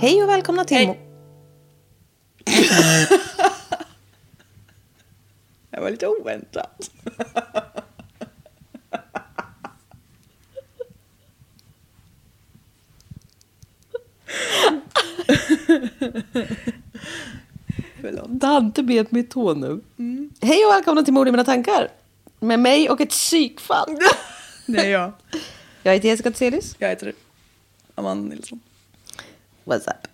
Hej och välkomna till... Hej. Mo- Det var lite oväntat. Förlåt. Dante bet mig i tå nu. Mm. Hej och välkomna till Mord i mina tankar. Med mig och ett psykfall. Det är jag. jag heter Jessica Theselius. Jag heter Amanda Nilsson. What's up?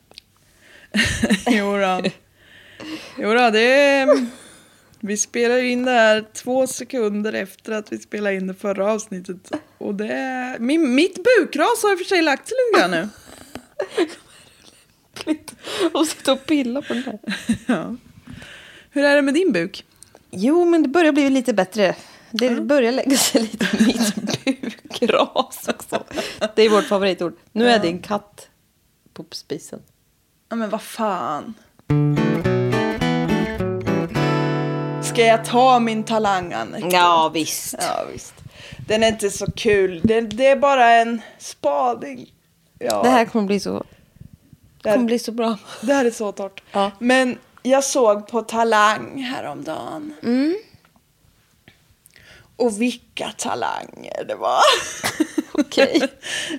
Jodå. Jodå, det är... Vi spelar ju in det här två sekunder efter att vi spelade in det förra avsnittet. Och det är... Min, mitt bukras har i och för sig lagt sig lite grann nu. och sitta och pilla på den här. Ja. Hur är det med din buk? Jo, men det börjar bli lite bättre. Det börjar lägga sig lite i mitt bukras också. Det är vårt favoritord. Nu är det en katt på spisen. Ja men vad fan. Ska jag ta min talang Annika? Ja, visst. Ja, visst. Den är inte så kul. Det, det är bara en spaning. Ja, Det här kommer bli så, det, här, kommer bli så bra. det här är så torrt. Ja. Men jag såg på Talang häromdagen. Mm. Och vilka talanger det var. Okej.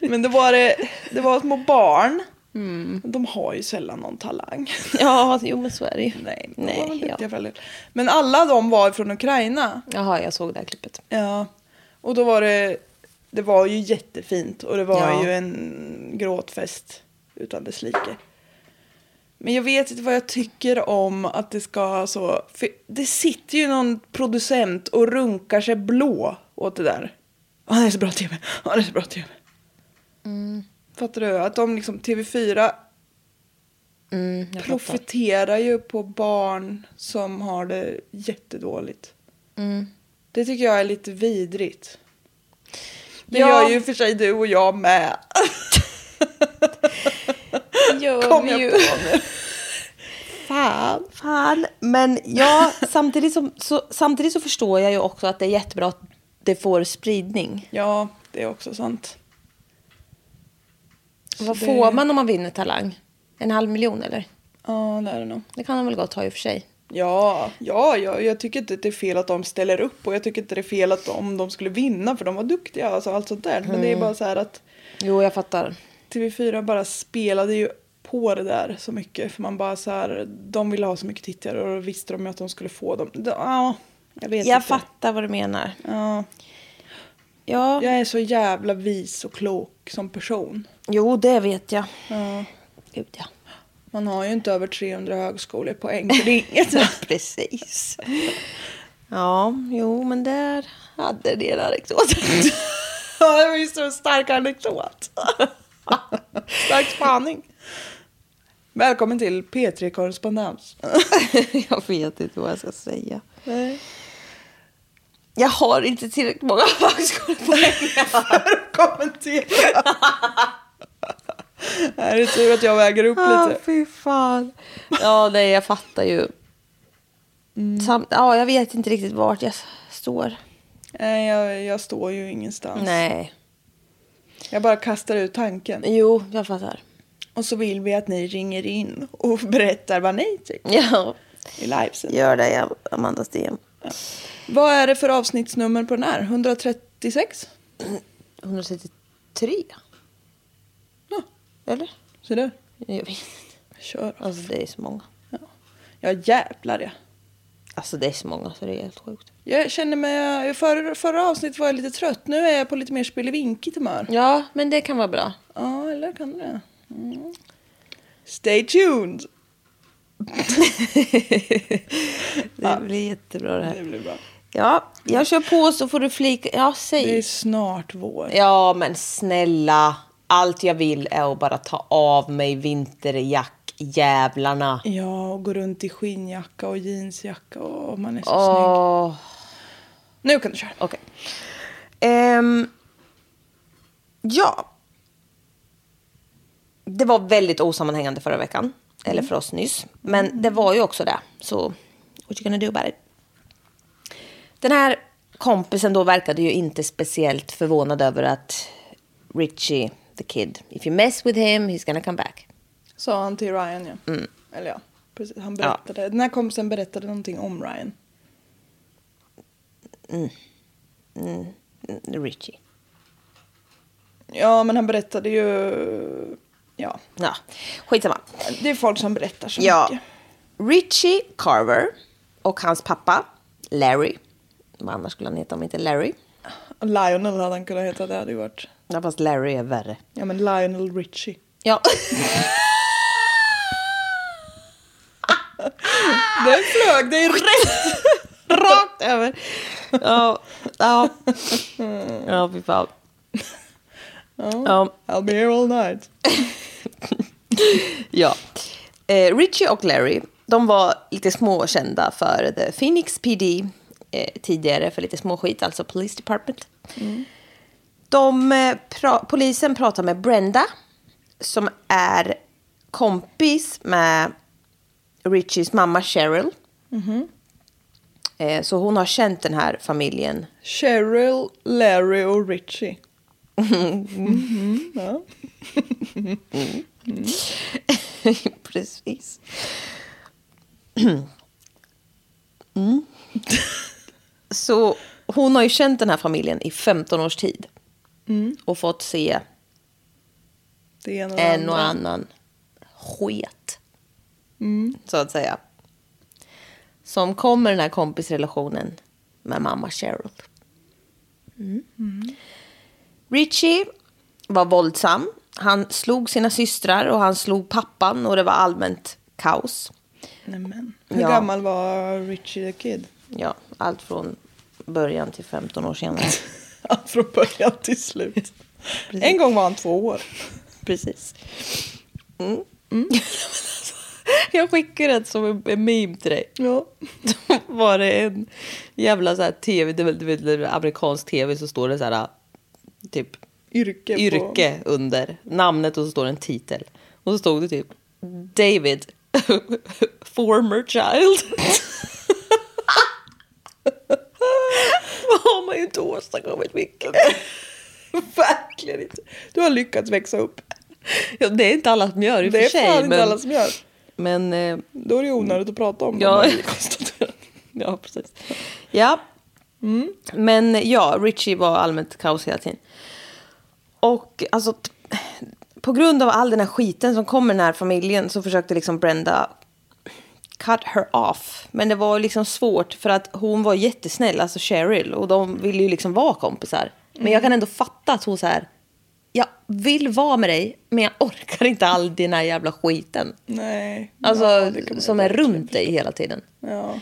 Men det var, det, det var små barn. Mm. De har ju sällan någon talang. Ja, jo, men så är det ju. Nej, men, de var Nej väl duktiga ja. för all del. men alla de var från Ukraina. Jaha, jag såg det här klippet. Ja. Och då var det, det var ju jättefint och det var Ja. ju en gråtfest utan dess like. Men jag vet inte vad jag tycker om att det ska ha så, för det sitter ju någon producent och runkar sig blå åt det där. Ja, det är så bra tv, ja, det är så bra tv. Fattar du? Att de liksom, TV4 Mm, jag fattar. profiterar ju på barn som har det jättedåligt. Mm. Det tycker jag är lite vidrigt. Det Ja. gör ju i och för sig du och jag med. gör Kom vi jag ju. på Fan. Fan. Men ja, samtidigt, som, så, samtidigt så förstår jag ju också att det är jättebra att det får spridning. Ja, det är också sant. Så Vad det- får man om man vinner Talang? En halv miljon eller? Ja, det är det nog. Det kan de väl gott ha i och för sig. Ja, ja, ja, jag tycker inte att det är fel att de ställer upp och jag tycker inte det är fel att om de skulle vinna för de var duktiga alltså allt sånt där. Men Mm. det är bara så här att Jo, jag fattar. TV4 bara spelade ju på det där så mycket. För man bara så här, de ville ha så mycket tittare och då visste de ju att de skulle få dem. Ja, jag vet Jag inte. fattar vad du menar. Ja, Ja, jag är så jävla vis och klok som person. jo, det vet jag. Ja. Gud, ja. Man har ju inte över 300 högskolepoäng för det är inget. Precis. Ja, jo, men där hade det där anekdoten. Ja, det var ju så en stark anekdot. Stark spaning. Välkommen till P3 Korrespondens. jag vet inte vad jag ska säga. Jag har inte tillräckligt många högskolepoäng. för att kommentera. Det är tur att jag väger upp Ah, lite. fy fan. Ja, nej, jag fattar ju. Sam- ja, jag vet inte riktigt vart jag står. Nej, jag, jag står ju ingenstans. Nej. Jag bara kastar ut tanken. Jo, jag fattar. Och så vill vi att ni ringer in och berättar vad ni tycker Ja, i livesen. gör det, Amanda Sten. Vad är det för avsnittsnummer på den här? 136? 133? Ja, Eller? så där. Jag vet inte. Kör. Alltså, det är så många. Ja, ja jävlar ja. Alltså, det är så många så det är helt sjukt. Jag känner mig... i Förra, förra avsnittet var jag lite trött. Nu är jag på lite mer spillevinkigt humör. Ja, men det kan vara bra. Ja, eller kan du det? Mm. Stay tuned! Det blir jättebra det Det här. blir bra. Ja, jag kör på så får du flika. Ja, Det är säg. snart vår. Ja, men snälla. Allt jag vill är att bara ta av mig vinterjackjävlarna. Ja, och gå runt i skinnjacka och jeansjacka. Och man är så snygg. Åh, Nu kan du köra. okej. Ehm, ja. Det var väldigt osammanhängande förra veckan. Eller för oss nyss. Men det var ju också det. Så what you gonna do about it? Den här kompisen då verkade ju inte speciellt förvånad över att Richie, the kid, if you mess with him he's gonna come back. Sa han till Ryan ja. Mm. Eller ja, precis. Han berättade. Den här kompisen berättade någonting om Ryan. Richie. Ja, men han berättade ju... Ja, Ja, skitsamma. det är folk som berättar så Ja. mycket. Richie Carver och hans pappa Larry. Vad annars skulle han heta om inte Larry? Och Lionel hade han kunnat heta. Det hade ju varit... Ja, fast Larry är värre. Ja, men Lionel Richie. Ja. Den flög dig rätt! Rakt över. Ja. Ja, ja fy fan. Ja. I'll be here all night. ja. Eh, Richie och Larry, de var lite småkända för The Phoenix PD eh, tidigare för lite småskit, alltså Police Department. De, eh, pra- polisen pratar med Brenda som är kompis med Richies mamma Cheryl. Eh, så hon har känt den här familjen Cheryl, Larry och Richie. Precis. Mm. Mm. Så hon har ju känt den här familjen i 15 års tid. Och fått se Det ena en och andra. annan sket. Så att säga. Som kommer den här kompisrelationen med mamma Cheryl. Mm. Richie var våldsam. Han slog sina systrar och han slog pappan och det var allmänt kaos. Nämen. Hur Ja. gammal var Richie the Kid? Ja, allt från början till 15 år senare. Från början till slut. En gång var han två år. Precis. Mm. Jag skickade det som en- en meme till dig. Ja. Då var det en jävla så här tv, du vet, du vet, det är amerikansk tv så står det så här typ Yrke. yrke under namnet och så står det en titel. Och så stod det typ David, former child. Vad har man ju inte åstadkommit mycket. På. Verkligen inte. Du har lyckats växa upp. Ja, det är inte alla som gör i och Det är för sig. fan inte men, alla som gör. Men eh, Då är det ju onödigt att prata om. Ja. har vi konstaterat. Ja, precis. Ja. Mm. Men ja, Richie var allmänt kaos hela tiden. Och alltså, t- på grund av all den här skiten som kom med den här familjen så försökte liksom Brenda cut her off. Men det var liksom svårt för att hon var jättesnäll, alltså Cheryl, och de ville ju liksom vara kompisar. Men Mm. jag kan ändå fatta att hon så här, jag vill vara med dig, men jag orkar inte all den här jävla skiten. Nej. Alltså, Ja, det kan man som ju är verkligen runt dig hela tiden. förstå. Ja.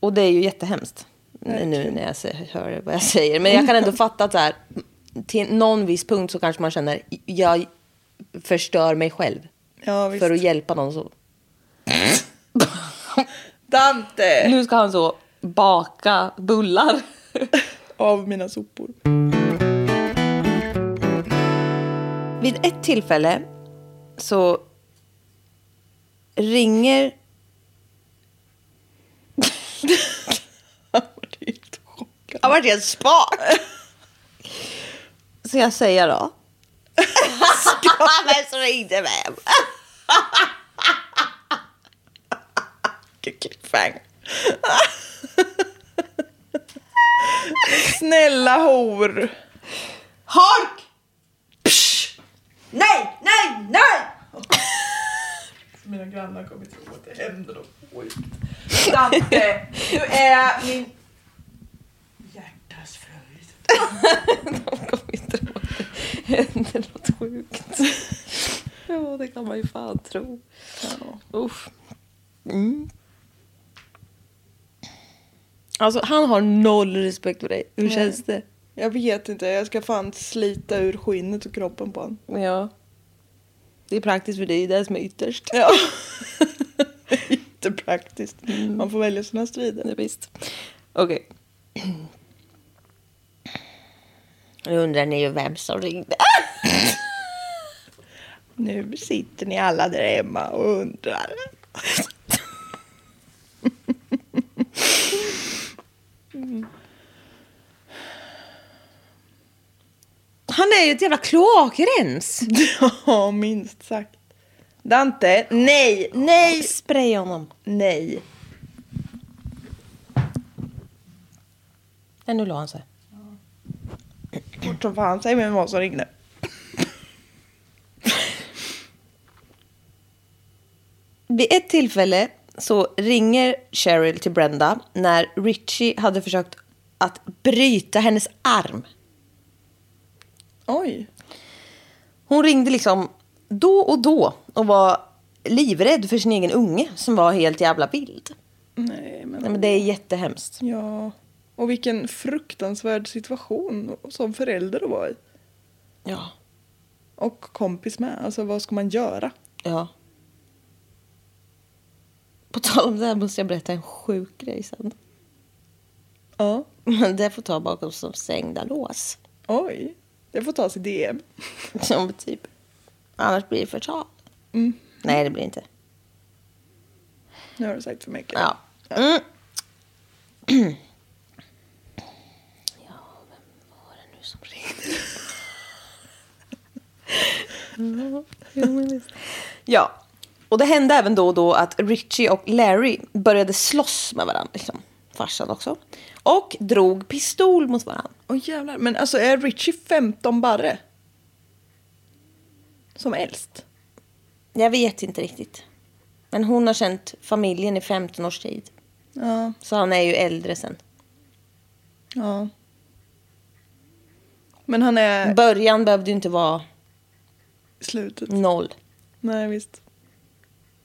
Och det är ju jättehemskt nu när jag se- hör vad jag säger. Men jag kan ändå fatta att så här, till någon viss punkt så kanske man känner jag förstör mig själv Ja, visst. för att hjälpa någon. Så. Dante! Nu ska han så baka bullar av mina sopor. Vid ett tillfälle så ringer... Jag blev helt chockad. Jag vart helt spak! Ska jag säga då? Vem som ringde vem? Cliffhanger. Snälla hor. Hark! Psh! Nej, nej, nej! Mina grannar kommer tro att det händer något sjukt. Dante, du är min hjärtas fröjd. kommer inte ihåg det händer något sjukt. Ja, det kan man ju fan tro. Usch. Mm. Alltså, han har noll respekt för dig. Hur känns det? Jag vet inte, jag ska fan slita ur skinnet och kroppen på honom. Ja. Det är praktiskt för dig, det är det som är ytterst. Ja. Inte praktiskt. Man får välja sina strider. Ja, visst. Okej. Nu undrar ni ju vem som ringde. Nu sitter ni alla där hemma och undrar. Han är ju ett jävla kloakrens. Ja, minst sagt. Dante, nej, nej, Spraya honom. nej. Nej, nu la han sig. Fort som fan, säg vem det var som ringde. Vid ett tillfälle så ringer Cheryl till Brenda när Richie hade försökt att bryta hennes arm. Oj. Hon ringde liksom då och då och var livrädd för sin egen unge som var helt jävla vild. Nej, men... Nej, men det är jättehemskt. Ja. Och vilken fruktansvärd situation som förälder att vara i. Ja. Och kompis med. Alltså vad ska man göra? Ja. På tal om det här måste jag berätta en sjuk grej sen. Ja. Men det får ta bakom som stängda lås. Oj. Det får tas i DM. Som typ, annars blir det förtal. Nej, det blir inte. Nu har du sagt för mycket. Ja. Mm. Ja, vem var det nu som ringde? Ja, jo, men visst. Ja, och det hände även då och då att Richie och Larry började slåss med varandra, liksom. farsan också, och drog pistol mot varandra. Åh jävlar. Men alltså är Richie 15 barre? Som äldst? Jag vet inte riktigt. Men hon har känt familjen i 15 års tid. Ja. Så han är ju äldre sen. Ja. Men han är Början behövde ju inte vara i slutet. noll. Nej, visst.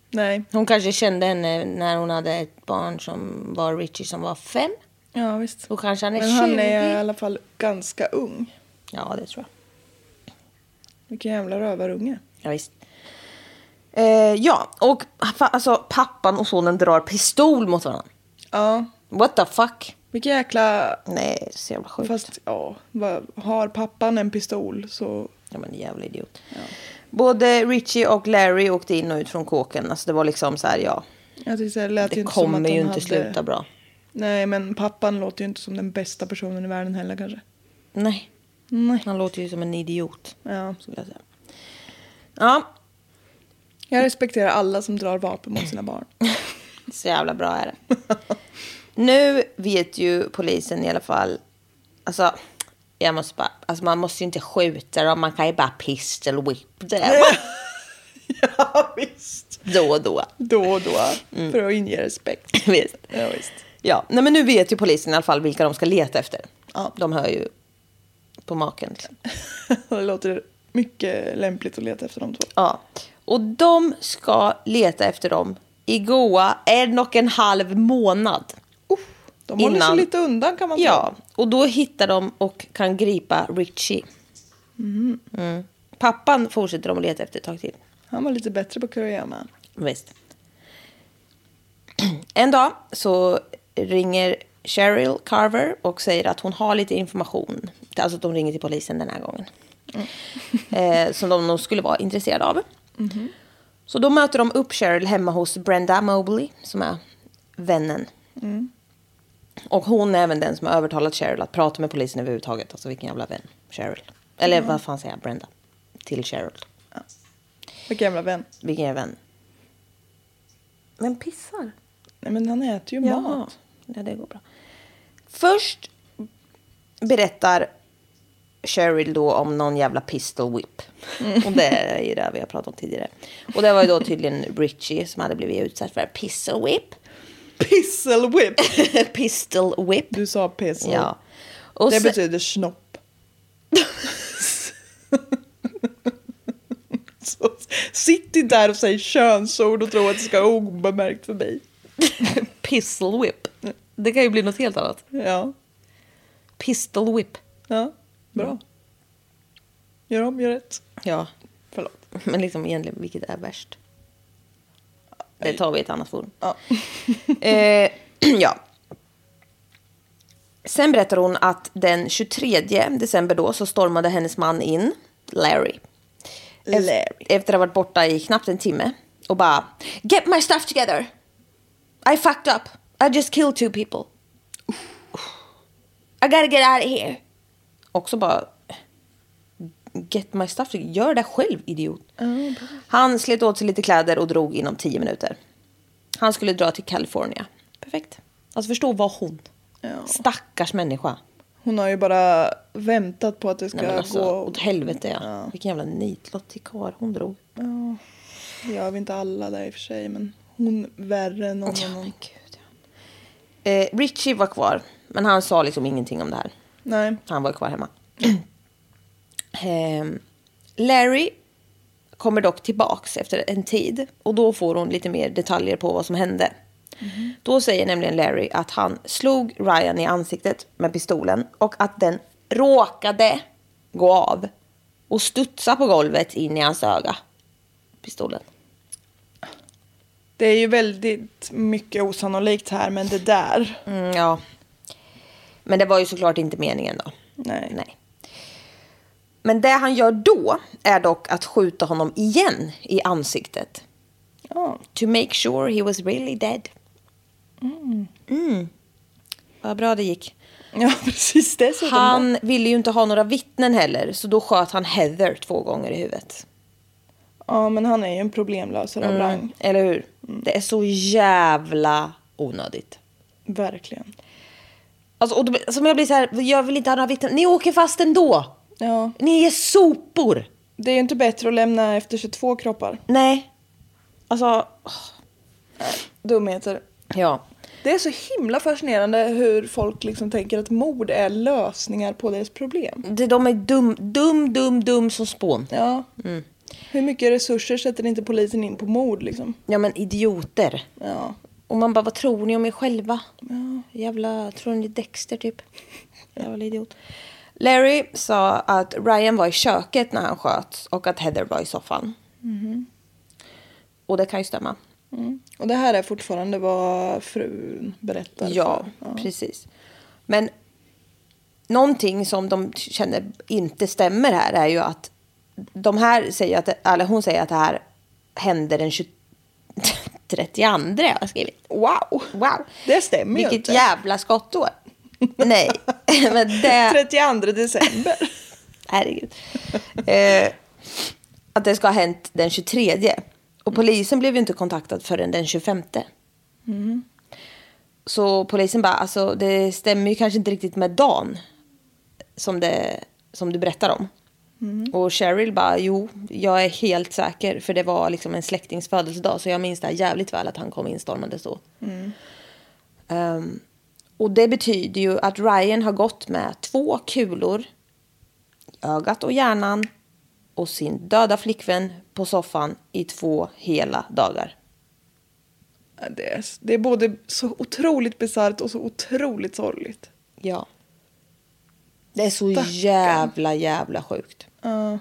Nej. Hon kanske kände henne när hon hade ett barn som var Richie som var fem. Ja, visst. Då kanske han är Men 20. han är i alla fall ganska ung. Ja, det tror jag. Vilken jävla rövarunge. Ja, visst. Eh, ja, och fa- alltså pappan och sonen drar pistol mot varandra. Ja. What the fuck? Vilken jäkla... Nej, det är så jävla sjukt. Fast ja, vad- har pappan en pistol så... Ja, men jävla idiot. Både Richie och Larry åkte in och ut från kåken. Alltså det var liksom så här, ja. Jag tyckte det lät Det ju inte som att kommer han ju inte hade... sluta bra. Nej, men pappan låter ju inte som den bästa personen i världen heller kanske. Nej. Nej. Han låter ju som en idiot. Ja. Skulle jag säga. Ja, Jag respekterar alla som drar vapen mot sina barn. så jävla bra är det. nu vet ju polisen i alla fall. Alltså, jag måste bara, alltså man måste ju inte skjuta dem. Man kan ju bara pistol whip dem ja, visst. då och då. Då och då. Mm. För att inge respekt. Visst. Ja, visst. Ja, nej men nu vet ju polisen i alla fall vilka de ska leta efter. Ja. De hör ju på maken. Liksom. det låter mycket lämpligt att leta efter de två. Ja. Och de ska leta efter dem i Goa en och en halv månad. De håller sig Innan- lite undan kan man Ja, och då hittar de och kan gripa Richie. Mm. Pappan fortsätter de att leta efter ett tag till. Han var lite bättre på kurragömma. Visst. En dag så ringer Cheryl Carver och säger att hon har lite information. Alltså att de ringer till polisen den här gången. Eh, som de nog skulle vara intresserade av. Så då möter de upp Cheryl hemma hos Brenda Mobley, som är vännen. Och hon är även den som har övertalat Cheryl att prata med polisen överhuvudtaget. Alltså vilken jävla vän Cheryl. Eller vad fan säger jag, Brenda? Till Cheryl. Vilken jävla vän. Vilken jävla vän? Vem pissar? Nej men han äter ju Ja, mat. ja, det går bra. Först berättar Cheryl då om någon jävla pistol whip. Och det är ju det vi har pratat om tidigare. Och det var ju då tydligen Richie som hade blivit utsatt för pistol whip. Pissel whip. pistol whip. Du sa pissel. Ja. Och det sen- betyder snopp. Så, sitt inte där och säg könsord och tro att det ska gå obemärkt förbi. pistol whip. Det kan ju bli något helt annat. Ja, Pistol whip. ja. bra. Gör om, gör rätt. Ja, Förlåt. men liksom egentligen vilket är värst? Det tar vi i ett annat forum. Ja. Eh, ja. Sen berättar hon att den 23 december då så stormade hennes man in, Larry. Ef- Larry. Efter att ha varit borta i knappt en timme och bara Get my stuff together! I fucked up! I just killed two people! I gotta get out of here! Också bara Get my stuff together, gör det själv idiot! Han slet åt sig lite kläder och drog inom 10 minuter. Han skulle dra till California. Perfekt. Alltså förstå vad hon. Ja. Stackars människa. Hon har ju bara väntat på att det ska Nej, men alltså, gå åt helvete ja. Vilken jävla nitlott till karl hon drog. Det gör vi inte alla där i och för sig, men hon värre än någon Ja, men annan. gud ja. Eh, Richie var kvar, men han sa liksom ingenting om det här. Nej. Han var kvar hemma. Ehm, Larry kommer dock tillbaks efter en tid och då får hon lite mer detaljer på vad som hände. Då säger nämligen Larry att han slog Ryan i ansiktet med pistolen och att den råkade gå av och studsa på golvet in i hans öga. Pistolen. Det är ju väldigt mycket osannolikt här, men det där. Mm, ja. Men det var ju såklart inte meningen då. Nej. Nej. Men det han gör då är dock att skjuta honom igen i ansiktet. Ja. To make sure he was really dead. Mm. Mm. Vad bra det gick. ja, precis dessutom. Han ville ju inte ha några vittnen heller, så då sköt han Heather två gånger i huvudet. Ja, men han är ju en problemlösare av Mm. rang. Eller hur? Mm. Det är så jävla onödigt. Verkligen. Alltså, och då, blir- som jag blir så här, jag vill inte ha några vittnen. Ni åker fast ändå! Ja, Ni är sopor! det är ju inte bättre att lämna efter sig två kroppar. Nej. Alltså, Dumheter. ja. Det är så himla fascinerande hur folk liksom tänker att mord är lösningar på deras problem. Det- De är dum, dum, dum, dum som spån. Ja. Mm. Hur mycket resurser sätter inte polisen in på mord liksom? Ja, men idioter. Ja. Och man bara, vad tror ni om er själva? Jävla, tror ni Dexter typ? Jävla idiot. Larry sa att Ryan var i köket när han sköts och att Heather var i soffan. Och det kan ju stämma. Och det här är fortfarande vad frun berättar Ja, för. Ja. precis. Men någonting som de känner inte stämmer här är ju att de här säger att, det- eller hon säger att det här hände den 20, 32 har jag skrivit. Wow! wow. Det stämmer ju Vilket inte. jävla skottår. Nej, men det... 32 december. Herregud. Eh, att det ska ha hänt den 23. Och polisen blev ju inte kontaktad förrän den 25. Så polisen bara, alltså det stämmer ju kanske inte riktigt med dagen som, det, som du berättar om. Och Cheryl bara, jo, jag är helt säker för det var liksom en släktings födelsedag så jag minns det här jävligt väl att han kom instormande så. Ehm, och det betyder ju att Ryan har gått med två kulor ögat och hjärnan och sin döda flickvän på soffan i två hela dagar. Ja, Det är, det är både så otroligt bisarrt och så otroligt sorgligt. Ja. Det är så Stackarn. jävla, jävla sjukt. Ja.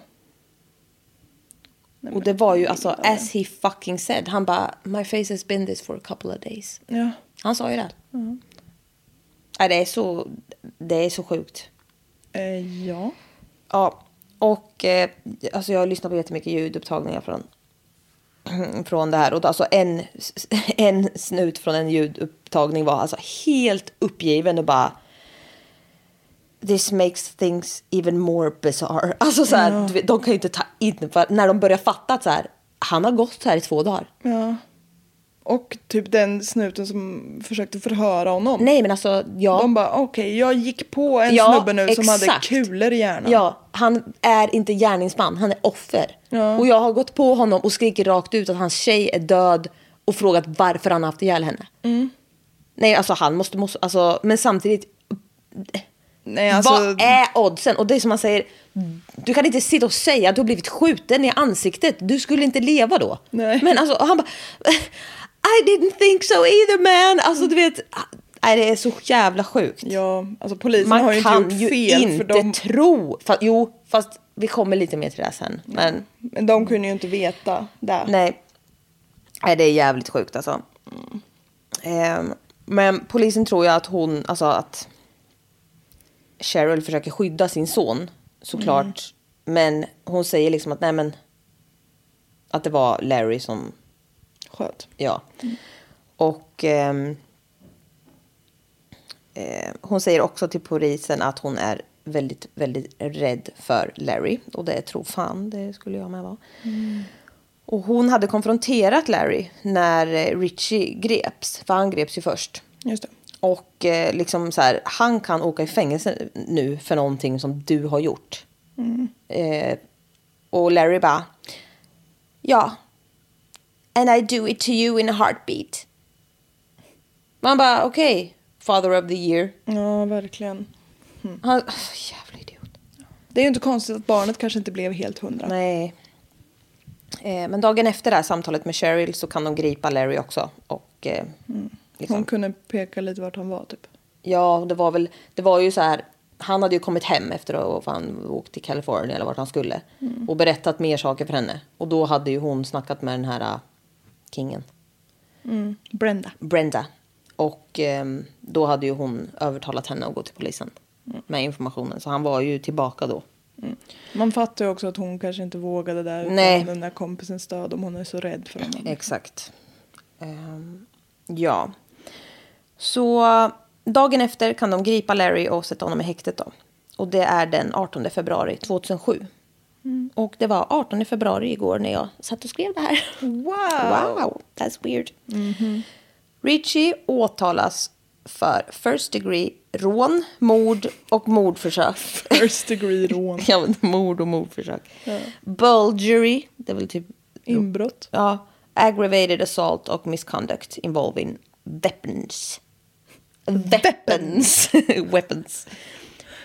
Och det var ju alltså as he fucking said. Han bara, my face has been this for a couple of days. ja. Han sa ju det. Ja, det, är så, det är så sjukt. Eh, ja. Ja, och eh, alltså jag har lyssnat på jättemycket ljudupptagningar från, från det här. Och alltså en, en snut från en ljudupptagning var alltså helt uppgiven och bara... This makes things even more bizarre. Alltså så här, du vet, de kan ju inte ta in... För när de börjar fatta att så här, han har gått här i två dagar. ja. Och typ den snuten som försökte förhöra honom. Nej, men alltså... Ja. De bara okej, jag gick på en Ja, snubbe nu som hade exakt. kulor i hjärnan. Ja, han är inte gärningsman, han är offer. Ja. Och jag har gått på honom och skrikit rakt ut att hans tjej är död och frågat varför han har haft ihjäl henne. Mm. Nej, alltså han måste, måste alltså, men samtidigt, Nej, alltså, vad är oddsen? Och det är som man säger, du kan inte sitta och säga att du har blivit skjuten i ansiktet, du skulle inte leva då. Nej. Men alltså, och han bara, I didn't think so either man. Alltså du vet, nej, det är så jävla sjukt. Ja, alltså polisen Man har ju inte kan gjort ju fel inte för de, tro. Fast, jo, fast vi kommer lite mer till det här sen. Men men de kunde ju inte veta det. nej. nej, det är jävligt sjukt alltså. Ehm, men polisen tror ju att hon, alltså att Cheryl försöker skydda sin son Mm. såklart. Men hon säger liksom att nej men att det var Larry som Skönt. Ja. Och ehm, eh, hon säger också till polisen att hon är väldigt, väldigt rädd för Larry. Och det tror fan, det skulle jag med vara. Och hon hade konfronterat Larry när eh, Richie greps, för han greps ju först. Just det. Och eh, liksom så här, han kan åka i fängelse nu för någonting som du har gjort. Eh, och Larry bara, ja. And I do it to you in a heartbeat. Man bara, okej, father of the year. Ja, verkligen. Han, oh, jävla idiot. Det är ju inte konstigt att barnet kanske inte blev helt hundra. Nej. Eh, men dagen efter det här samtalet med Cheryl så kan de gripa Larry också. Och eh, liksom, Hon kunde peka lite vart han var typ. Ja, det var väl, det var ju så här. Han hade ju kommit hem efter att han åkt till Kalifornien eller vart han skulle. Och berättat mer saker för henne. Och då hade ju hon snackat med den här äh, kingen, Brenda. Brenda. Och ehm, då hade ju hon övertalat henne att gå till polisen med informationen. Så han var ju tillbaka då. Man fattar ju också att hon kanske inte vågade där utan Nej. den där kompisens stöd om hon är så rädd för honom. Exakt. Ehm, ja. Så dagen efter kan de gripa Larry och sätta honom i häktet. Då. Och det är den 18 februari 2007. Mm. Och det var 18 februari igår när jag satt och skrev det här. Wow. Mm-hmm. Wow, that's weird. Richie åtalas för first degree rån, mord och mordförsök. First degree rån. ja, men mord och mordförsök. Bulgery, det är väl typ Inbrott. Ja, aggravated assault och misconduct involving weapons. Weapons. weapons.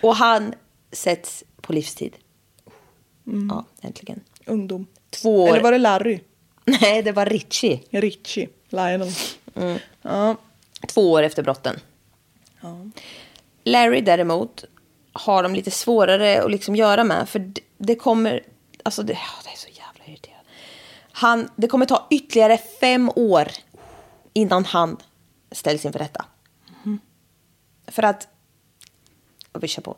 Och han sätts på livstid. Ja, äntligen. Ungdom. Två år. Eller var det Larry? Nej, det var Richie. Richie. Lionel. Ja. Två år efter brotten. Larry däremot har de lite svårare att liksom göra med. För d- det kommer... Alltså det, ja, det är så jävla irriterande. Han, det kommer ta ytterligare fem år innan han ställs inför rätta. För att... Och vi kör på.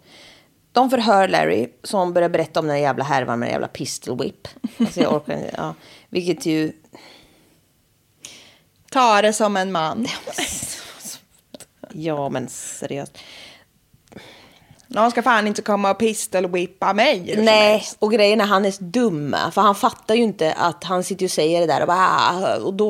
De förhör Larry som börjar berätta om den här jävla härvan med den jävla pistol whip. Alltså jag orkar inte. Ja, vilket ju... Ta det som en man. Ja, men seriöst. Någon ska fan inte komma och pistolwhippa mig. hur som Nej, helst. och grejen är han är så dum. För han fattar ju inte att han sitter och säger det där och bara... "Ah", Och då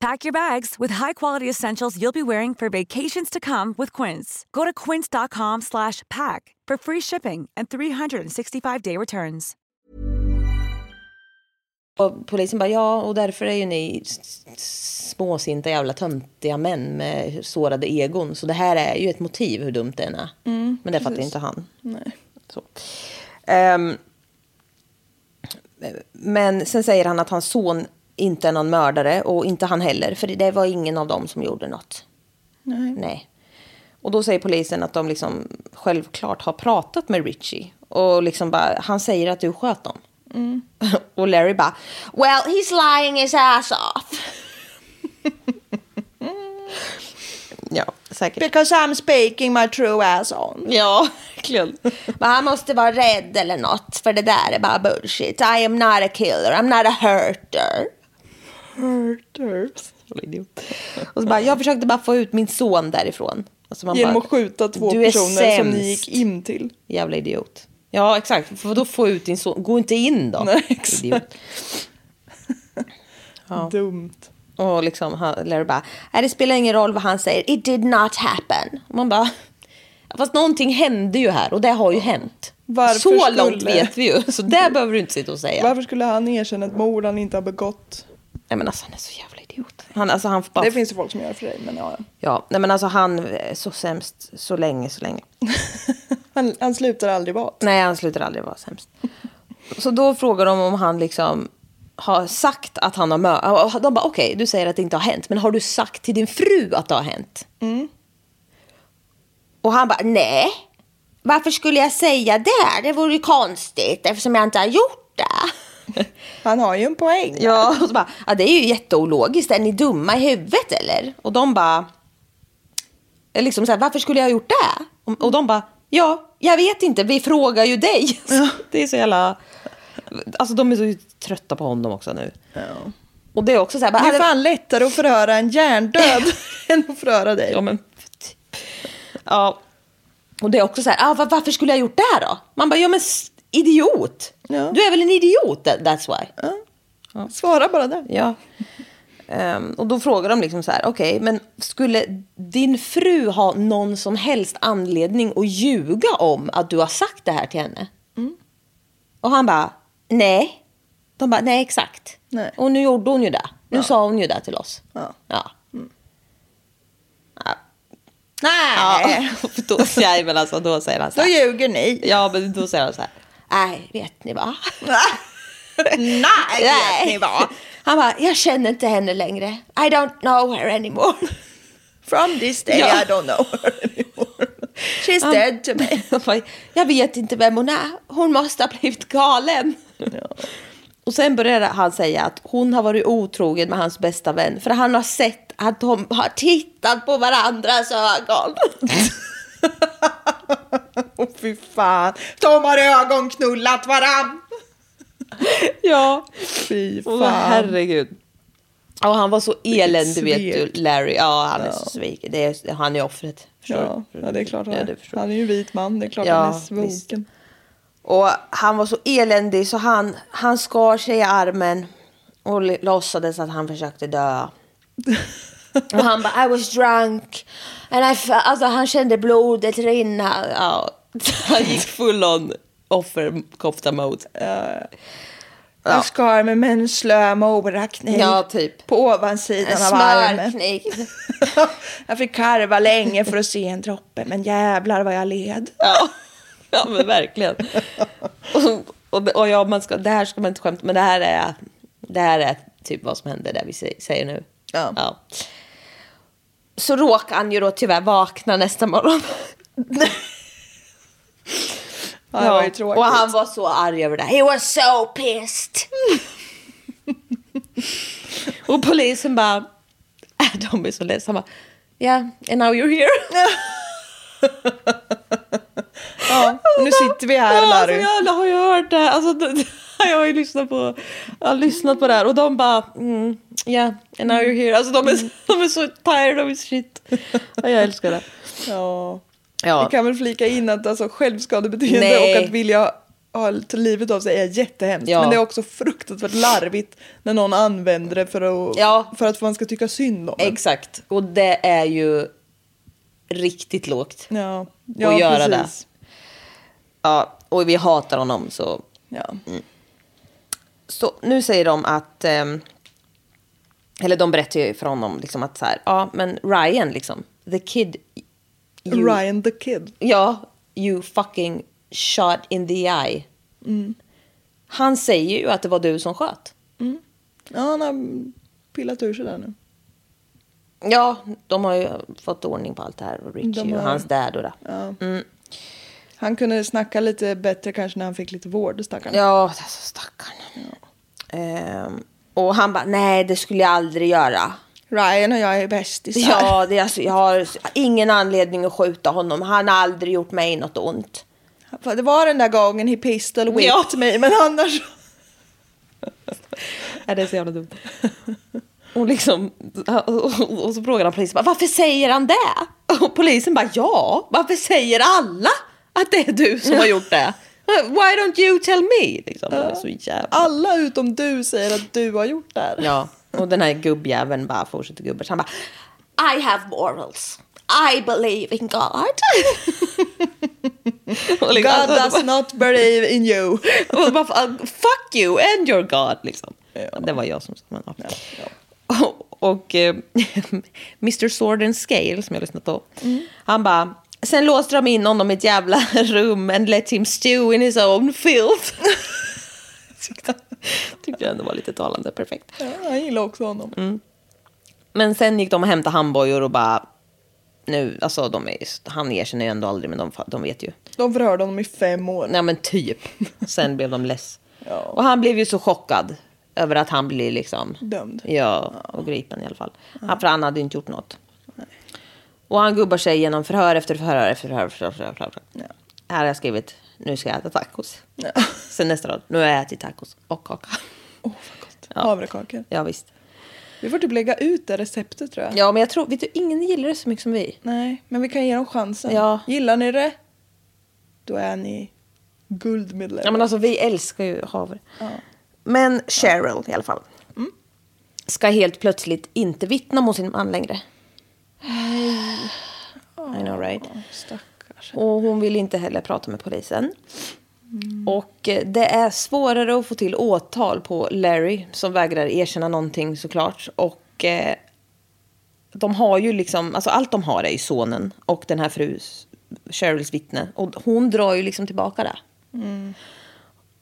Pack your bags with high-quality essentials you'll be wearing for vacations to come with Quince. Go to quince.com/pack slash pack for free shipping and 365-day returns. Och polisen bara, ja, och därför är ju ni s- s- småsinta jävla töntiga män med sårade egon. Så det här är ju ett motiv hur dumt det än är. Men det fattar ju inte han. Mm, Nej. Så. Ehm, men sen säger han att hans son inte är någon mördare och inte han heller. För det var ingen av dem som gjorde något. Nej. Nej. Och då säger polisen att de liksom självklart har pratat med Richie. Och liksom bara, han säger att du sköt dem. och Larry bara, well he's lying his ass off. ja, säkert. Because I'm speaking my true ass on. Ja, verkligen. Men han måste vara rädd eller något, för det där är bara bullshit. I am not a killer, I'm not a hurter. Hurters. Och så bara, jag försökte bara få ut min son därifrån. Alltså man Genom bara, att skjuta två "Du är personer som ni sämst." gick in till. Jävla idiot. Ja, exakt. För då få ut din son? Gå inte in då. Nej, exakt. Idiot. Dumt. Och liksom, han, Larry bara, "Nej, det spelar ingen roll vad han säger. It did not happen. Och man bara, fast någonting hände ju här och det har ju hänt. Varför så skulle- långt vet vi ju. Så där behöver du inte sitta och säga. Varför skulle han erkänna ett mord han inte har begått? Nej men alltså han är så jävla idiot. Han, alltså, han får bara... Det finns ju folk som gör för dig, men ja. ja. Ja, nej men alltså han är så sämst så länge, så länge. Han, han slutar aldrig vara. Nej, han slutar aldrig vara sämst. Så då frågar de om han liksom har sagt att han har mördat. De bara, okej, du säger att det inte har hänt, men har du sagt till din fru att det har hänt? Och han bara, nej. Varför skulle jag säga det? Det vore ju konstigt eftersom jag inte har gjort det. Han har ju en poäng. Ja, och så bara, ja, det är ju jätteologiskt. Är ni dumma i huvudet eller? Och de bara, eller liksom så här, varför skulle jag ha gjort det? Och, och de bara, ja, jag vet inte, vi frågar ju dig. Det är så jävla, alltså de är så trötta på honom också nu. Och det är också så här, bara, Det ja, är det- fan lättare att förhöra en hjärndöd än att förhöra dig. Ja, men typ. Ja. Och det är också så här, ah, va- varför skulle jag gjort det här då? Man bara, ja men s- idiot. Ja. Du är väl en idiot, tha- that's why. Svara bara där. Ja. Ehm, och då frågar de liksom så här, okej, men skulle din fru ha någon som helst anledning att ljuga om att du har sagt det här till henne? Mm. Och han bara, nej. De bara, nej exakt. Nej. Och nu gjorde hon ju det. Nu sa hon ju det till oss. Ja. ja. Ja. Nej! Ja, för då, nej, men alltså, då säger han så Då här. ljuger ni. Ja, men då säger han så här. Nej, vet ni vad? Nej, vet ni vad? Han bara, jag känner inte henne längre. I don't know her anymore. From this day Ja. I don't know her anymore. She's Han- dead to me. Han bara, jag vet inte vem hon är. Hon måste ha blivit galen. Och sen började han säga att hon har varit otrogen med hans bästa vän. För han har sett att de har tittat på varandras ögon. Åh fy fan. De har ögonknullat varann. ja. Fy Åh, fan. herregud. Och han var så eländig, vet du, Svek. Larry. Ja, han är så sviken. Det är, han är offret. förstår Ja, du? ja, det är klart. Ja, Han, du förstår. han är ju en vit man. Det är klart Ja, han är visst. svoken. Och han var så eländig så han, han skar sig i armen och l- låtsades att han försökte dö. Och han bara I was drunk. And I fe- alltså han kände blodet rinna. Ja, han gick full on offerkofta mode. Jag skar mig med en slö morakniv. Ja, typ. På ovansidan av armen. Smörkniv. jag fick karva länge för att se en droppe, men jävlar vad jag led. Ja, ja men verkligen. Och, och, och ja, man ska, det här ska man inte skämta men det här är, det här är typ vad som hände där vi sä- säger nu. Ja. Så råkar han ju då tyvärr vakna nästa morgon. Ja, det var ju tråkigt. Och han var så arg över det. He was so pissed. och polisen bara, äh, de är så ledsna. Han bara, Yeah, and now you're here. Ja, och nu sitter vi här, Ja, alltså, Larry. jag har ju hört det här. Alltså, det- jag har ju lyssnat på, jag har lyssnat på det här och de bara mm, yeah, and now you're here. Alltså de är, de är så tired of his shit. Ja, jag älskar det. Ja. Ja. Vi kan väl flika in att alltså, självskadebeteendet Nej. och att vilja har till livet av sig är jättehemskt. Ja. Men det är också fruktansvärt larvigt när någon använder det för att, Ja. för att man ska tycka synd om en. Exakt. Och det är ju riktigt lågt. Ja, ja att göra precis. Ja, och vi hatar honom så. det. Ja. Så nu säger de att... ehm, eller de berättar ju för honom liksom att så här, ja men Ryan liksom, the kid... you- Ryan the Kid. Ja, you fucking shot in the eye. Mm. Han säger ju att det var du som sköt. Ja, han har pillat ur sig där nu. Ja, de har ju fått ordning på allt det här. Och Richie De har- och hans dad och det. Mm. Han kunde snacka lite bättre kanske när han fick lite vård, stackarn. Ja, alltså stackarn. Ehm, och han bara, nej det skulle jag aldrig göra. Ryan och jag är bästisar. Ja, det är alltså, jag har ingen anledning att skjuta honom. Han har aldrig gjort mig något ont. För Det var den där gången he pistol whipped Ja. mig, men annars... Ja, det är så jävla dumt. Och, liksom, och så frågar han polisen, bara, varför säger han det? Och polisen bara, ja, varför säger alla att det är du som har gjort det? Why don't you tell me? Liksom, det är så jävla... Alla utom du säger att du har gjort det här. Ja, och den här gubbjäveln bara fortsätter gubbers. Han bara, I have morals. I believe in God. och liksom, God does not believe in you. och bara, fuck you and your God, liksom. Det var jag som sa men, ja. Och, och eh, Mr Sword and Scale, som jag har lyssnat på, han bara, sen låste de in honom i ett jävla rum and let him stew in his own filth. tyckte, tyckte jag ändå var lite talande, perfekt. Ja, jag gillar också honom. Mm. Men sen gick de och hämtade handbojor och bara... Nu, alltså de är, han erkänner ju ändå aldrig, men de, fa- de vet ju. De förhörde honom i fem år. Nej men typ. Sen blev de less. Ja. Och han blev ju så chockad över att han blir liksom... Dömd. Ja, och gripen i alla fall. Han, för han hade ju inte gjort något. Och han gubbar sig genom förhör efter förhör efter förhör. Efter förhör, efter förhör. Här har jag skrivit, nu ska jag äta tacos. Sen nästa rad, nu har jag ätit tacos och kaka. Åh, vad gott. Havrekakor. Ja, visst. Vi får typ lägga ut det receptet tror jag. Ja, men jag tror, vet du, ingen gillar det så mycket som vi. Nej, men vi kan ge dem chansen. Ja. Gillar ni det, då är ni guldmedlemmar. Ja, men alltså, vi älskar ju havre. Men Cheryl i alla fall. Ska helt plötsligt inte vittna mot sin man längre. I know right. Stackars. Och hon vill inte heller prata med polisen. Och eh, det är svårare att få till åtal på Larry som vägrar erkänna någonting såklart. Och eh, de har ju liksom, alltså allt de har är ju sonen och den här frus, Cheryls vittne. Och hon drar ju liksom tillbaka det.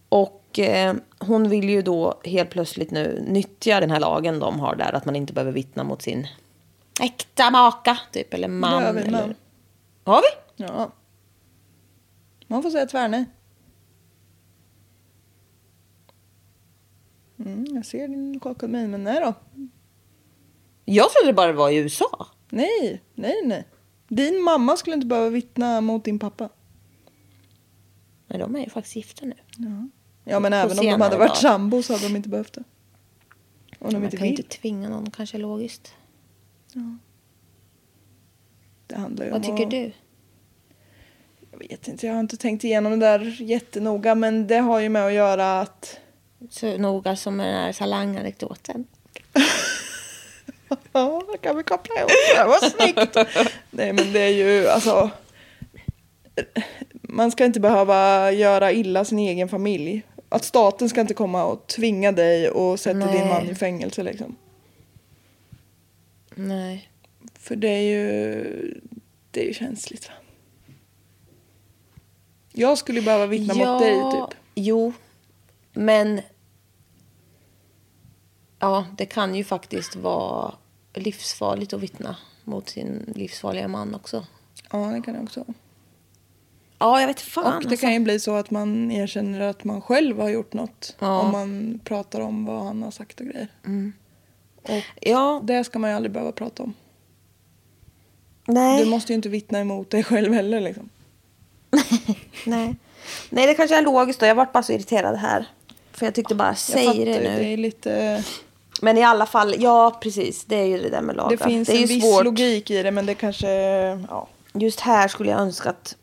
Och eh, hon vill ju då helt plötsligt nu nyttja den här lagen de har där, att man inte behöver vittna mot sin äkta maka, typ, eller man. Det har vi, eller... man. Har vi? Ja. Man får säga tvärne. Mm, jag ser din skakade min, men nej då. Jag trodde det bara var i USA. Nej, nej, nej. Din mamma skulle inte behöva vittna mot din pappa. Men de är ju faktiskt gifta nu. Ja, men På även om de senare hade varit dag. sambos hade de inte behövt det. Om de Man inte kan ju vill. inte tvinga någon, kanske logiskt. Det handlar ju Vad om tycker att- du? Jag vet inte, jag har inte tänkt igenom det där jättenoga, men det har ju med att göra att... Så noga som med den här salanganekdoten. Ja, det kan vi koppla ihop det? Vad snyggt! Nej, men det är ju alltså... Man ska inte behöva göra illa sin egen familj. Att staten ska inte komma och tvinga dig och sätta din Nej. man i fängelse liksom. Nej. För det är ju... Det är ju känsligt va? Jag skulle ju behöva vittna mot dig typ. Jo, men... Ja, det kan ju faktiskt vara livsfarligt att vittna mot sin livsfarliga man också. Ja, det kan jag också. Ja, jag vet fan. alltså. Och det kan ju bli så att man erkänner att man själv har gjort något. Ja. Mm. Om man pratar om vad han har sagt och grejer. Och Ja, det ska man ju aldrig behöva prata om. nej. Du måste ju inte vittna emot dig själv heller liksom. nej. Nej, det kanske är logiskt då. Jag vart bara så irriterad här. För jag tyckte bara, Jag säg fattar det ju, nu. Det är lite... Men i alla fall, ja precis, det är ju det där med lagar. Det finns är en ju viss svårt. logik i det men det kanske... Ja. Just här skulle jag önska att...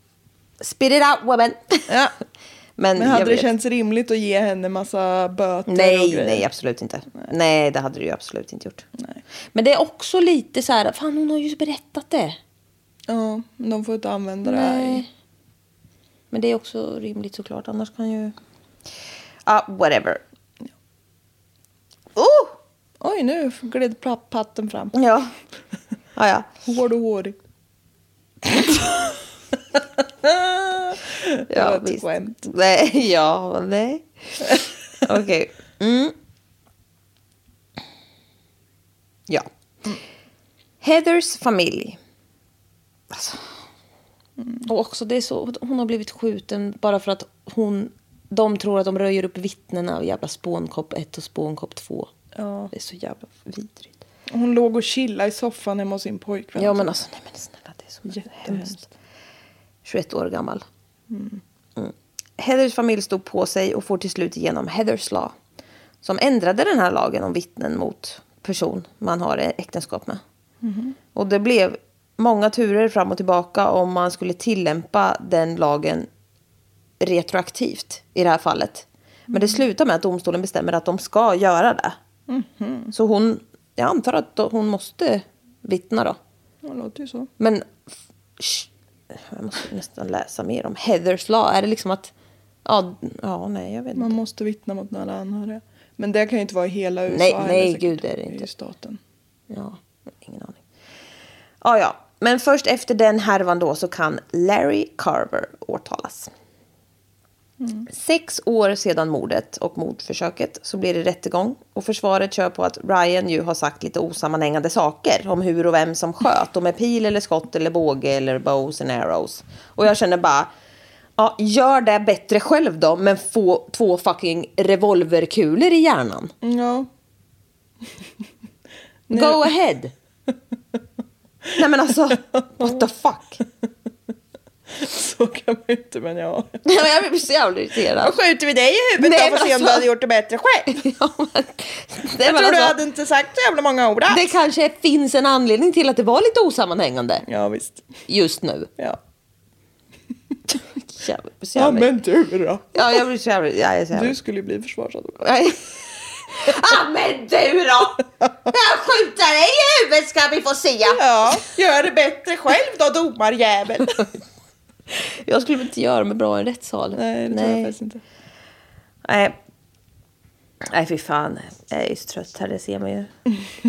Spit it out women! Ja. Men, Men hade jag det vet. känts rimligt att ge henne massa böter och Nej, grejer? nej, absolut inte. Nej. det hade du ju absolut inte gjort. Men det är också lite så här, fan hon har ju berättat det. Ja, men de får inte använda det här. i- Nej. Men det är också rimligt såklart, annars kan ju... Ja, whatever. Oh! Oj, nu gled pla- patten fram. Ja. ja, ja. Hård och hårig. Ja, var ett visst. skämt. Nej, ja, nej. Okej. Mm. Ja. Heathers familj. Alltså. Mm. Och också det är så, hon har blivit skjuten bara för att hon, de tror att de röjer upp vittnena av jävla spånkopp 1 och spånkopp 2. Ja. Det är så jävla vidrigt. Hon låg och chillade i soffan hemma hos sin pojkvän. Ja men alltså, nej men snälla det är så Jättehemskt. hemskt. 21 år gammal. Mm. Heathers familj stod på sig och får till slut igenom Heathers Law. Som ändrade den här lagen om vittnen mot person man har äktenskap med. Och det blev många turer fram och tillbaka om man skulle tillämpa den lagen retroaktivt i det här fallet. Men det slutar med att domstolen bestämmer att de ska göra det. Så hon, jag antar att hon måste vittna då. Det låter ju så. Men... sh- Jag måste nästan läsa mer om Heathers Law. Är det liksom att... Ja, ja nej, jag vet inte. Man måste vittna mot nära anhöriga. Men det kan ju inte vara i hela USA. Nej, heller nej, säkert. gud, det är det ju inte. staten. Ja, ingen aning. Ja, ja. Men först efter den härvan då så kan Larry Carver åtalas. Sex år sedan mordet och mordförsöket så blir det rättegång och försvaret kör på att Ryan ju har sagt lite osammanhängande saker om hur och vem som sköt och med pil eller skott eller båge eller bows and arrows. Och jag känner bara, ja, gör det bättre själv då men få två fucking revolverkulor i hjärnan. Ja. Go ahead. Nej men alltså, what the fuck. Så kan man ju inte, men ja. Nej, men jag blir så jävla irriterad. skjuter vi dig i huvudet Nej, då för men att se om du alltså- hade gjort det bättre själv. Ja, men, Nej, Jag men tror du hade alltså, inte sagt så jävla många ord. alls. det kanske finns en anledning till att det var lite osammanhängande Ja, visst. just nu. Ja. Jag blir så ja, jävla... men du då? Ja, jag blir så jävla... Jag är så jävla... Du skulle ju bli försvarsadvokat. Nej. Ja, men du då! Jag skjuter dig i huvudet ska vi få se! Ja, gör det bättre själv då, domarjävel. Jag skulle väl inte göra mig bra i en rättssal. Nej, det tror jag faktiskt inte. Nej. Nej, fy fan. Jag är ju så trött här, det ser man ju.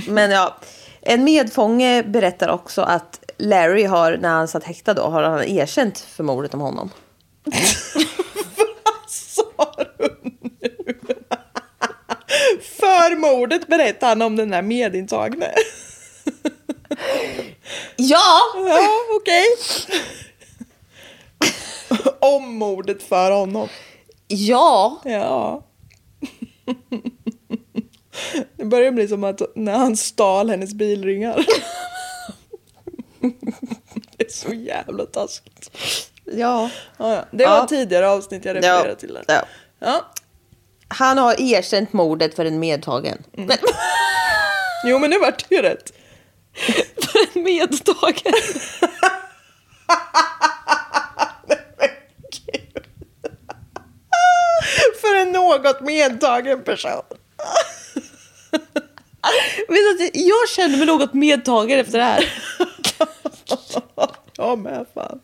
Men ja, en medfånge berättar också att Larry har, när han satt häktad då, har han erkänt för mordet om honom. Sa du nu? För mordet berättade han om den där medintagne. Ja! Ja, okej. Om mordet för honom. Ja! Ja. Det börjar bli som att när han stal hennes bilringar. Det är så jävla taskigt. Ja. Ja, ja. Det var Ja. tidigare avsnitt jag refererade till. Där. ja. Ja. Han har erkänt mordet för en medtagen. Men, Jo, men nu vart det ju rätt. för en medtagen? För en något medtagen person. Vet du, att alltså, jag känner mig något medtagen efter det här. Ja, men fan.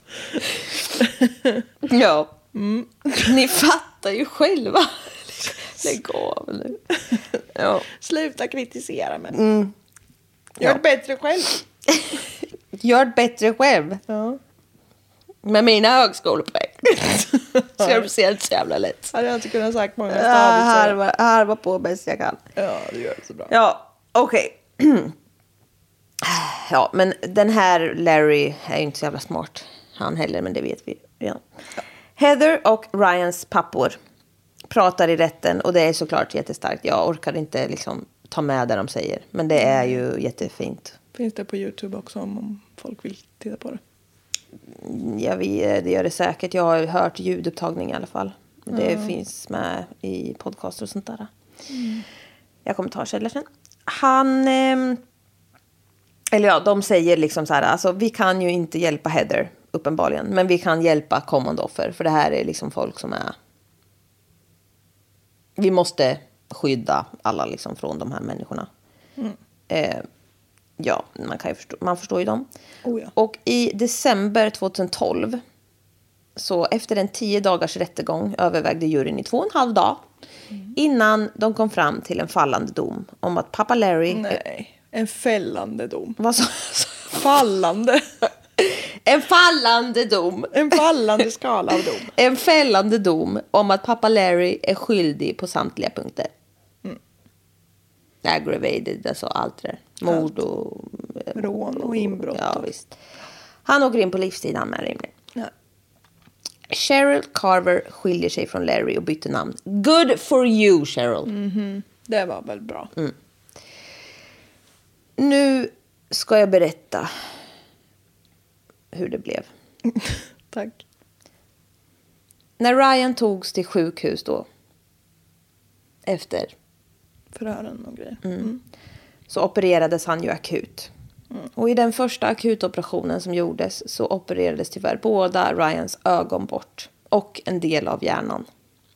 Ja. Mm. Ni fattar ju själva. Lägg av nu. Ja. Mm. Sluta kritisera mig. Gör det bättre själv. Gör det bättre själv. Ja. Med mina högskolepoäng. Så jag ser inte så jävla lätt. Hade jag inte kunnat sagt många stavelser. Harva, harva på bäst jag kan. Ja, du gör det så bra. Ja, okej. Ja, men den här Larry är ju inte så jävla smart. Han heller, men det vet vi redan. Heather och Ryans pappor pratar i rätten och det är såklart jättestarkt. Jag orkar inte liksom ta med det de säger, men det är ju jättefint. Finns det på Youtube också om, om folk vill titta på det. Ja, vi, det gör det säkert. Jag har hört ljudupptagning i alla fall. Det finns med i podcaster och sånt där. Jag kommer ta källor sen. Han... ehm, eller ja, de säger liksom så här, alltså vi kan ju inte hjälpa Heather, uppenbarligen. Men vi kan hjälpa kommande offer, för det här är liksom folk som är vi måste skydda alla liksom från de här människorna. Mm. Eh, ja, man, kan ju förstå, man förstår ju dem. Oh ja. Och i december 2012, så efter en tio dagars rättegång övervägde juryn i två och en halv dag innan de kom fram till en fallande dom om att pappa Larry... Nej, en fällande dom. Vad sa- Fallande. En fallande dom! En fallande skala av dom. En fällande dom om att pappa Larry är skyldig på samtliga punkter. Aggravated, alltså allt det där. Mord och... Rån och inbrott. Ja, och- visst. Han åker in på livstid, han med rimligen. Nej. Cheryl Carver skiljer sig från Larry och byter namn. Good for you, Cheryl! Det var väl bra. Mm. Nu ska jag berätta hur det blev. Tack. När Ryan togs till sjukhus då, efter, Förhören och grejer. Mm. Mm. så opererades han ju akut. Mm. Och i den första akutoperationen som gjordes så opererades tyvärr båda Ryans ögon bort och en del av hjärnan.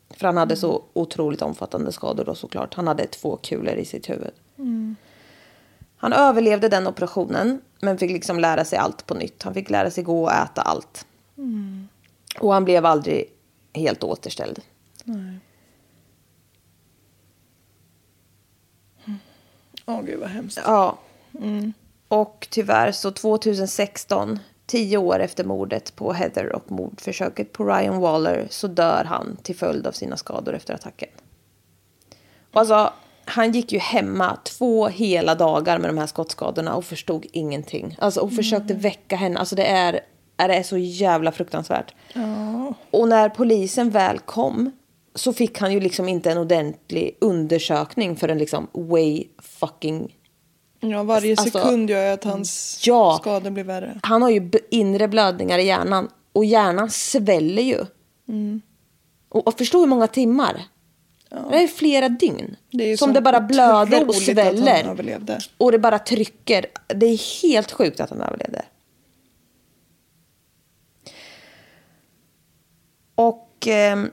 För han hade så otroligt omfattande skador då såklart. Han hade två kulor i sitt huvud. Han överlevde den operationen men fick liksom lära sig allt på nytt. Han fick lära sig gå och äta allt. Och han blev aldrig helt återställd. Åh gud vad hemskt. Ja. Mm. Och tyvärr så 2016, tio år efter mordet på Heather och mordförsöket på Ryan Waller, så dör han till följd av sina skador efter attacken. Och alltså, han gick ju hemma två hela dagar med de här skottskadorna och förstod ingenting. Alltså, och försökte väcka henne. Alltså det är, är det är så jävla fruktansvärt. Och när polisen väl kom så fick han ju liksom inte en ordentlig undersökning förrän liksom way fucking Ja, varje Alltså- sekund gör ju att hans Ja. skador blir värre. han har ju b- inre blödningar i hjärnan och hjärnan sväller ju. Mm. Och, och förstå hur många timmar. Det är flera dygn. Det är ju som så det bara blöder och otroligt att han sväller. överlevde. Och det bara trycker. Det är helt sjukt att han överlevde. Och ehm,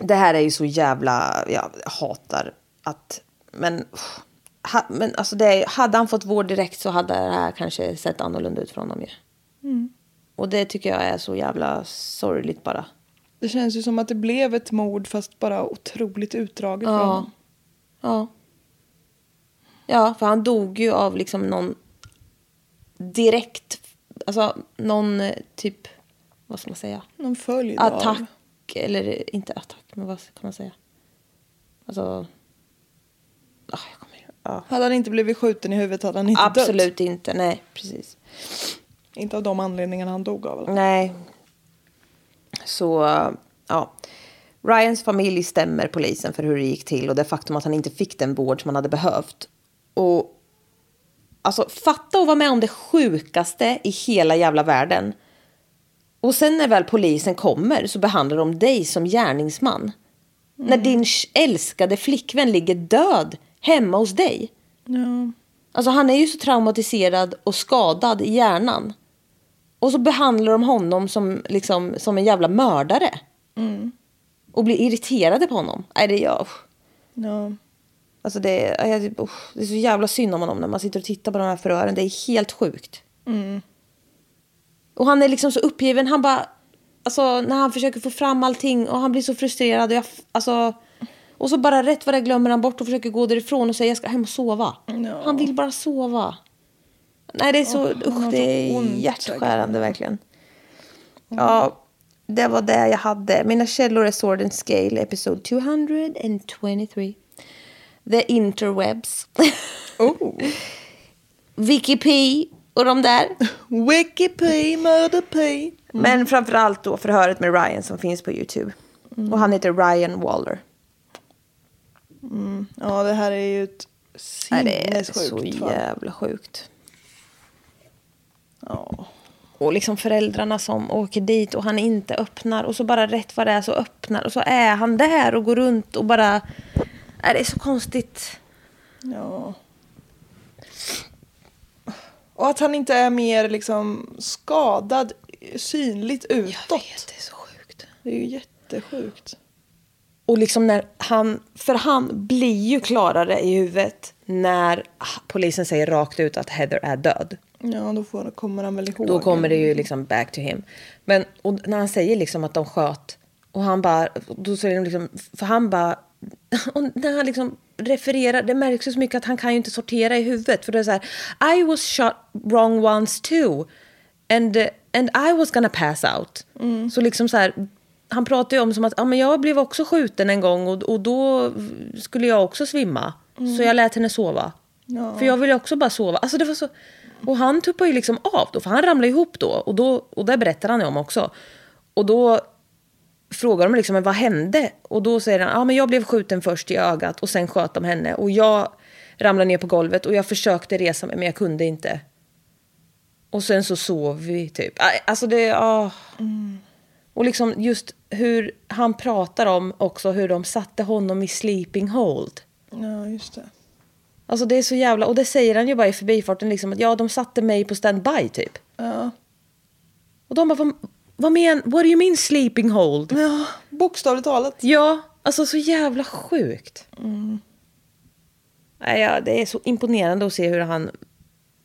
det här är ju så jävla... Jag hatar att... Men, pff, ha, men alltså det är, hade han fått vård direkt så hade det här kanske sett annorlunda ut för honom ju. Och det tycker jag är så jävla sorgligt bara. Det känns ju som att det blev ett mord fast bara otroligt utdraget för honom. Ja. Ja, för han dog ju av liksom någon direkt... Alltså någon eh, typ... Vad ska man säga? Någon följd attack. av... Eller inte attack, men vad kan man säga? Alltså... Ah, jag kommer ju- ja. Hade han inte blivit skjuten i huvudet hade han inte dött. Absolut inte, nej precis. Inte av de anledningarna han dog av. Nej. Så, ja. Ryans familj stämmer polisen för hur det gick till och det faktum att han inte fick den vård som han hade behövt. Och alltså fatta och vara med om det sjukaste i hela jävla världen. Och sen när väl polisen kommer så behandlar de dig som gärningsman. När din älskade flickvän ligger död hemma hos dig. Ja. Alltså han är ju så traumatiserad och skadad i hjärnan. Och så behandlar de honom som, liksom, som en jävla mördare. Och blir irriterade på honom. Nej, det, jag, usch. ja. alltså det, är- jag, typ, usch. det är så jävla synd om honom när man sitter och tittar på de här förhören. Det är helt sjukt. Mm. Och han är liksom så uppgiven. Han bara... Alltså när han försöker få fram allting och han blir så frustrerad. Och, jag, f- alltså, och så bara rätt vad det är glömmer han bort och försöker gå därifrån och säga jag ska hem och sova. Ja. Han vill bara sova. Nej det är så... han usch, har det så är ont Mm. hjärtskärande verkligen. Ja, det var det jag hade. Mina källor är Sword and Scale, episod 223. The Interwebs. Oh. Wikipedia och de där. Wikipedia, Murderpedia. Men framförallt då förhöret med Ryan som finns på YouTube. Och han heter Ryan Waller. Ja, det här är ju ett Nej, det är så sinnessjukt fall. jävla sjukt. Ja. Och liksom föräldrarna som åker dit och han inte öppnar. Och så bara rätt vad det är så öppnar. Och så är han där och går runt och bara... Nej, det är så konstigt. ja. Och att han inte är mer liksom skadad synligt utåt. det är så sjukt. Det är ju jättesjukt. Och liksom när han, för han blir ju klarare i huvudet när polisen säger rakt ut att Heather är död. Ja, då får, kommer han väl ihåg. Då kommer det ju liksom back to him. Men och när han säger liksom att de sköt och han bara, då säger de liksom, för han bara, och när han liksom refererar, det märks ju så mycket att han kan ju inte sortera i huvudet för det är så här, I was shot wrong once too and, and I was gonna pass out. Så liksom så här, han pratar ju om som att, ja men jag blev också skjuten en gång och, och då skulle jag också svimma. Så jag lät henne sova. För jag ville också bara sova. Alltså det var så... Och han tuppar ju liksom av då, för han ramlar ihop då. Och, då, och det berättar han ju om också. Och då frågar de liksom, men vad hände? Och då säger han, ja men jag blev skjuten först i ögat och sen sköt de henne. Och jag ramlade ner på golvet och jag försökte resa mig men jag kunde inte. Och sen så sov vi typ. Aj, Alltså det, ah. Och liksom just hur han pratar om också hur de satte honom i sleeping hold. Ja, just det. Alltså det är så jävla, och det säger han ju bara i förbifarten liksom att ja de satte mig på standby typ. Ja. Och de bara vad, vad men, what do you mean sleeping hold? ja, bokstavligt talat. Ja, alltså så jävla sjukt. Nej, ja, det är så imponerande att se hur han,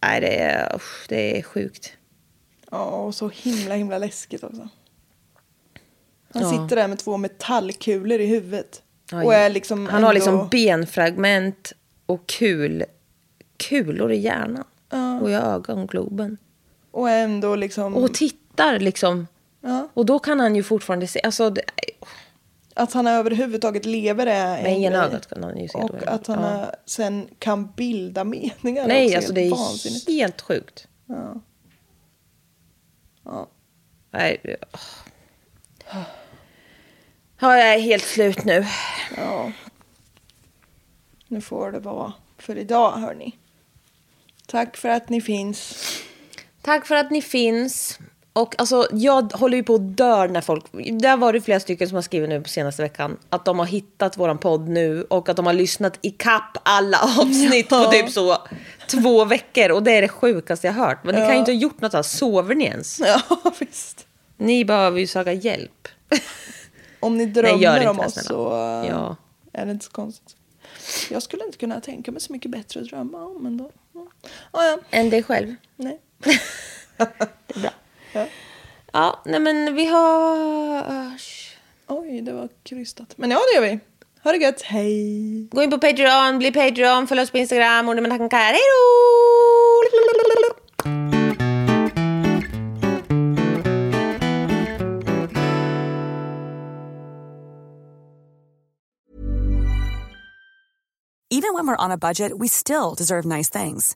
nej det är, usch, det är sjukt. Ja, och så himla himla läskigt också. Han Ja. sitter där med två metallkulor i huvudet. Oj. Och är liksom han har ändå- liksom benfragment och kul, kulor i hjärnan. Och i ögongloben. Och är ändå liksom... Och tittar liksom. ja, Och då kan han ju fortfarande se, alltså det, att han överhuvudtaget lever är en med ena grej. ögat kan han ju se då. Och ja. att han Ja. eh, sen kan bilda meningar Nej, också, alltså helt det är vansinnigt. helt sjukt. Ja. Ja. Nej, det- åh. Ja, jag är helt slut nu. Ja. Nu får det vara för idag, hörni. Tack för att ni finns. Tack för att ni finns. Och alltså, jag håller ju på att dö när folk... Där var det flera stycken som har skrivit nu på senaste veckan att de har hittat våran podd nu och att de har lyssnat i kapp alla avsnitt på typ så två veckor. Och det är det sjukaste jag hört. Men ni kan ju inte ha gjort något här. Sover ni ens? Ja, visst. Ni behöver ju söka hjälp. Om ni Nej, gör drömmer inte om det, oss snälla. så eh, Ja. är det inte så konstigt. Jag skulle inte kunna tänka mig så mycket bättre att drömma om ändå. Ja, Ah, ja. Än dig själv. Nej. Ja, nej men vi hörs. Oj, det var krystat. Men ja, det gör vi. Ha det gött. Hej! Gå in på Patreon, bli Patreon, följ oss på Instagram, och med tankar. Hej då! Even when we're on a budget, we still deserve nice things.